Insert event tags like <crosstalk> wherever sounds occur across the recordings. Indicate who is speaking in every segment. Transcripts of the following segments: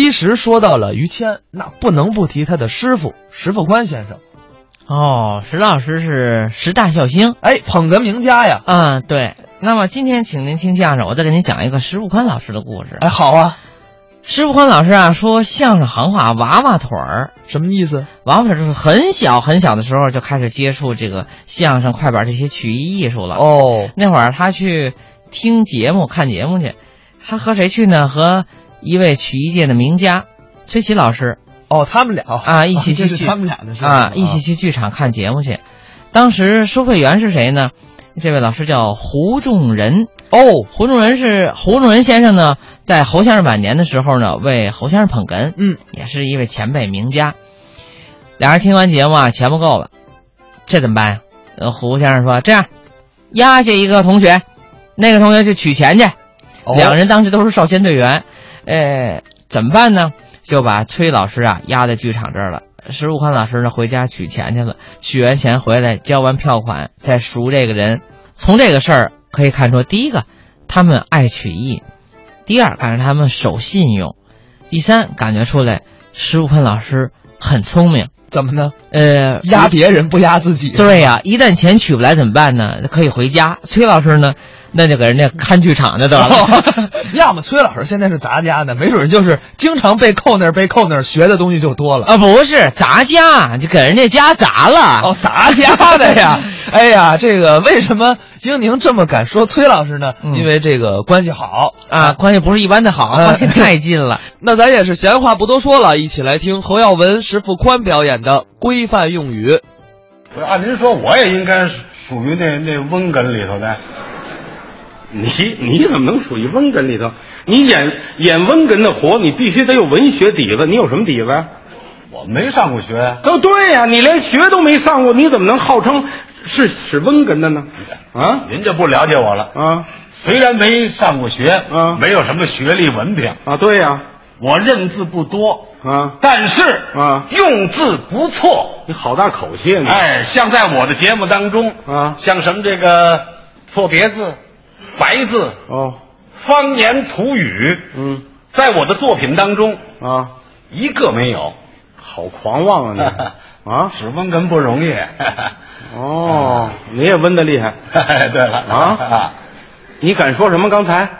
Speaker 1: 一时说到了于谦，那不能不提他的师傅石富宽先生。
Speaker 2: 哦，石老师是十大笑星。
Speaker 1: 哎，捧哏名家呀！
Speaker 2: 嗯，对。那么今天请您听相声，我再给您讲一个石富宽老师的故事。
Speaker 1: 哎，好啊，
Speaker 2: 石富宽老师啊，说相声行话“娃娃腿儿
Speaker 1: 什么意思？”，
Speaker 2: 娃娃腿儿就是很小很小的时候就开始接触这个相声、快板这些曲艺艺术了。
Speaker 1: 哦，
Speaker 2: 那会儿他去听节目、看节目去，他和谁去呢？和一位曲艺界的名家崔琦老师
Speaker 1: 哦，他们俩
Speaker 2: 啊一起
Speaker 1: 哦这
Speaker 2: 去
Speaker 1: 是
Speaker 2: 剧
Speaker 1: 他们俩的事
Speaker 2: 啊，一起去剧场看节目去。当时收费员是谁呢？这位老师叫胡仲仁。
Speaker 1: 哦，
Speaker 2: 胡仲仁是胡仲仁先生呢，在侯先生晚年的时候呢，为侯先生捧哏，
Speaker 1: 嗯，
Speaker 2: 也是一位前辈名家。俩人听完节目啊，钱不够了，这怎么办呀、呃，胡先生说：“这样，押下一个同学，那个同学去取钱去。
Speaker 1: 哦
Speaker 2: 两人当时都是少先队员，呃，怎么办呢？就把崔老师啊押在剧场这儿了。石富宽老师呢回家取钱去了，取完钱回来交完票款，再赎这个人。从这个事儿可以看出，第一个，他们爱曲艺；第二，感觉他们守信用；第三，感觉出来石富宽老师很聪明。
Speaker 1: 怎么呢？
Speaker 2: 呃，
Speaker 1: 压别人不压自己，
Speaker 2: 对呀、一旦钱取不来怎么办呢？可以回家。崔老师呢，那就给人家看剧场去
Speaker 1: <laughs>
Speaker 2: 得了。
Speaker 1: 要么崔老师现在是杂家呢，没准就是经常被扣那儿被扣那儿，学的东西就多了。
Speaker 2: 啊，不是砸家，就给人家家砸了。
Speaker 1: 哦，杂家的 <laughs> 呀！哎呀，这个为什么英宁这么敢说崔老师呢？
Speaker 2: 嗯
Speaker 1: 因为这个关系好
Speaker 2: 啊，。关系不是一般的好，
Speaker 1: 嗯
Speaker 2: 关系太近了。
Speaker 1: 那咱也是闲话不多说了，一起来听侯耀文、石富宽表演的规范用语。
Speaker 3: 不是，按您说，我也应该属于那那温梗里头的。
Speaker 4: 你你怎么能属于温哏里头？你演演温哏的活，你必须得有文学底子。你有什么底子？
Speaker 3: 我没上过学，
Speaker 4: 哦，对呀、你连学都没上过，你怎么能号称是使温哏的呢？啊
Speaker 3: 您就不了解我了。
Speaker 4: 啊
Speaker 3: 虽然没上过学，
Speaker 4: 嗯
Speaker 3: 没有什么学历文凭，
Speaker 4: 啊！对呀、
Speaker 3: 我认字不多，
Speaker 4: 啊，
Speaker 3: 但是
Speaker 4: 嗯
Speaker 3: 用字不错。
Speaker 4: 你好大口气啊你！
Speaker 3: 哎，像在我的节目当中，
Speaker 4: 嗯
Speaker 3: 像什么这个错别字、白字、
Speaker 4: 哦，
Speaker 3: 方言土语，
Speaker 4: 嗯
Speaker 3: 在我的作品当中
Speaker 4: 啊，
Speaker 3: 一个没有。
Speaker 4: 好狂妄啊
Speaker 3: <laughs>
Speaker 4: 你啊！
Speaker 3: 使温哏不容易。 <laughs>
Speaker 4: 哦，你也温的厉害。
Speaker 3: 对了
Speaker 4: 啊
Speaker 3: <laughs>
Speaker 4: 你敢说什么？刚才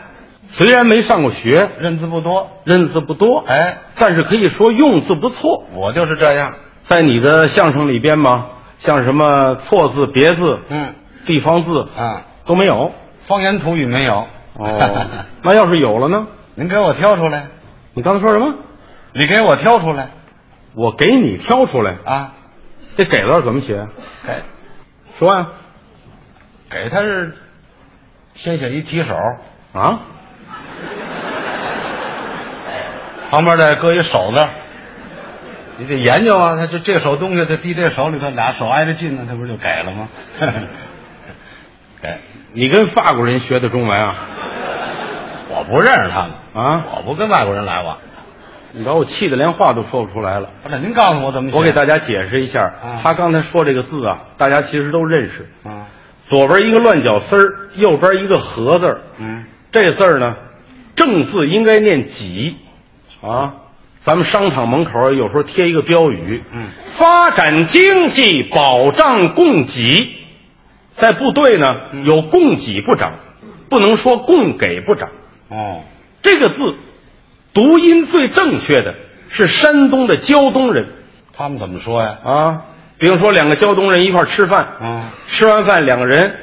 Speaker 4: 虽然没上过学，
Speaker 3: 认字不多，
Speaker 4: 认字不多，
Speaker 3: 哎，
Speaker 4: 但是可以说用字不错。
Speaker 3: 我就是这样。
Speaker 4: 在你的相声里边吗？像什么错字、别字、
Speaker 3: 嗯
Speaker 4: 地方字
Speaker 3: 啊，
Speaker 4: 都没有。
Speaker 3: 方言土语没有。
Speaker 4: <laughs> 哦，那要是有了呢？
Speaker 3: <laughs> 您给我挑出来，
Speaker 4: 你刚才说什么？
Speaker 3: 你给我挑出来
Speaker 4: 我给你挑出来，
Speaker 3: 啊！
Speaker 4: 这给字儿怎么写？
Speaker 3: 给
Speaker 4: 说啊呀、
Speaker 3: 给他是先写一提手，
Speaker 4: 啊，
Speaker 3: 旁边再搁一手字。你得研究啊，他就这手东西，他递这手里头，俩手挨着近呢，他不就给了吗？ <laughs> 给，
Speaker 4: 你跟法国人学的中文啊？
Speaker 3: 我不认识他们
Speaker 4: 啊
Speaker 3: 我不跟外国人来往。
Speaker 4: 你把我气的连话都说不出来了。
Speaker 3: 不是，您告诉我怎么写？
Speaker 4: 我给大家解释一下，
Speaker 3: 啊
Speaker 4: 他刚才说这个字啊，大家其实都认识，
Speaker 3: 啊，
Speaker 4: 左边一个乱脚丝儿，右边一个禾字儿。
Speaker 3: 嗯，
Speaker 4: 这字儿呢，正字应该念己啊。咱们商场门口有时候贴一个标语，
Speaker 3: 嗯
Speaker 4: 发展经济，保障供给。在部队呢，
Speaker 3: 嗯
Speaker 4: 有供给部长，不能说供给部长。
Speaker 3: 哦，
Speaker 4: 这个字读音最正确的是山东的胶东人
Speaker 3: 他们怎么说呀？
Speaker 4: 啊。比如说，两个胶东人一块儿吃饭，
Speaker 3: 啊，
Speaker 4: 吃完饭两个人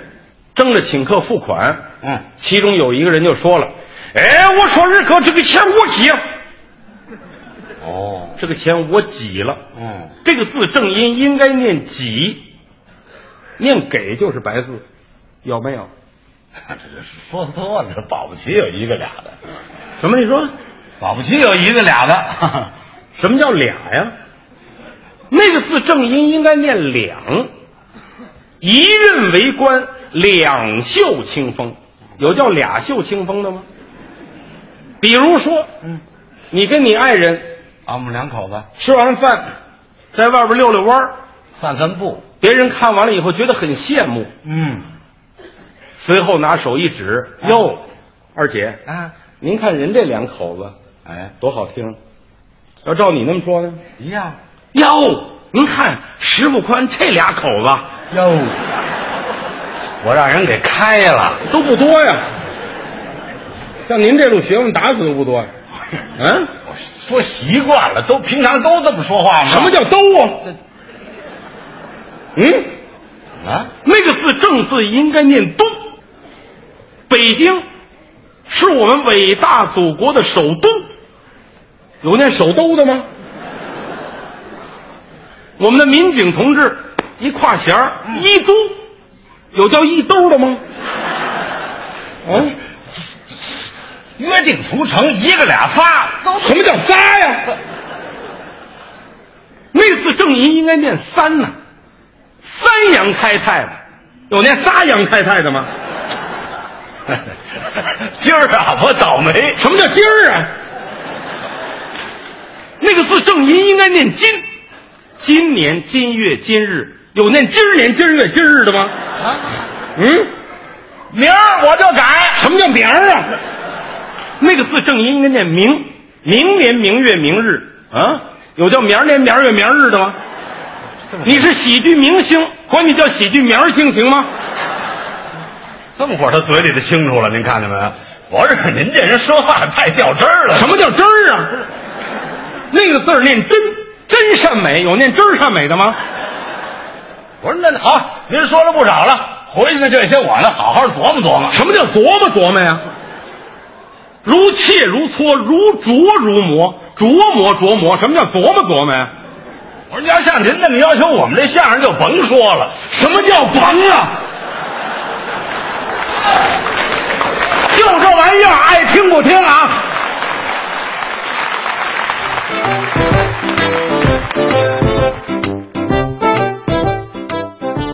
Speaker 4: 争着请客付款，
Speaker 3: 嗯，
Speaker 4: 其中有一个人就说了：“哎，我说二哥，这个钱我挤，
Speaker 3: 哦，
Speaker 4: 这个钱我挤了。
Speaker 3: 嗯，
Speaker 4: 这个字正音应该念挤，念给就是白字，有没有？
Speaker 3: 这这说多了，这保不齐有一个俩的，
Speaker 4: 什么？你说
Speaker 3: 保不齐有一个 <laughs> 俩的。
Speaker 4: 什么叫俩呀？那个字正音应该念两，一任为官，两袖清风。有叫俩袖清风的吗？比如说，
Speaker 3: 嗯，
Speaker 4: 你跟你爱人
Speaker 3: 俺啊们两口子
Speaker 4: 吃完饭，在外边溜溜弯儿
Speaker 3: 散散步。
Speaker 4: 别人看完了以后觉得很羡慕，
Speaker 3: 嗯，
Speaker 4: 随后拿手一
Speaker 3: 哎
Speaker 4: 指：“哟，二姐，
Speaker 3: 啊，
Speaker 4: 您看人这两口子
Speaker 3: 哎，
Speaker 4: 多好听，要照你那么说呢？
Speaker 3: 一样。
Speaker 4: 哟，您看石不宽这俩口子
Speaker 3: 哟，我让人给开了。
Speaker 4: 都不多呀，像您这路学问打死都不
Speaker 3: <laughs>
Speaker 4: 多呀。嗯，
Speaker 3: 我说习惯了，都平常都这么说话吗？
Speaker 4: 什么叫都啊？嗯，
Speaker 3: 啊？
Speaker 4: 那个字正字应该念都。北京是我们伟大祖国的首都，有念首都的吗？我们的民警同志一跨弦儿
Speaker 3: 嗯
Speaker 4: 一都，有叫一兜的吗？嗯，
Speaker 3: 哦约定俗成，一个俩仨都
Speaker 4: 什么叫仨呀？那个字正音应该念三呐、三阳开泰嘛，有念仨阳开泰的吗？
Speaker 3: <laughs> 今儿啊，我倒霉。
Speaker 4: 什么叫今儿啊？那个字正音应该念今，今年今月今日有念今儿年今儿月今日的吗？啊，嗯，
Speaker 3: 明儿我就改。
Speaker 4: 什么叫明儿啊？那个字正音应该念明，明年明月明日啊，有叫明儿年明儿月明儿日的吗？你是喜剧明星，管你叫喜剧明儿星行吗？
Speaker 3: 这么会儿他嘴里就清楚了，您看见没有？我是您这人说话太较真儿了。
Speaker 4: 什么叫真儿啊？那个字儿念真，真善美，有念真儿善美的吗？
Speaker 3: 我说那好，您说了不少了，回去的这些我呢，好好琢磨琢磨。
Speaker 4: 什么叫琢磨琢磨呀？如切如磋，如琢如磨，琢磨琢磨，什么叫琢磨琢磨呀？
Speaker 3: 我说要像您那么要求，我们这相声就甭说了。
Speaker 4: 什么叫甭啊？就这玩意儿，爱听不听啊？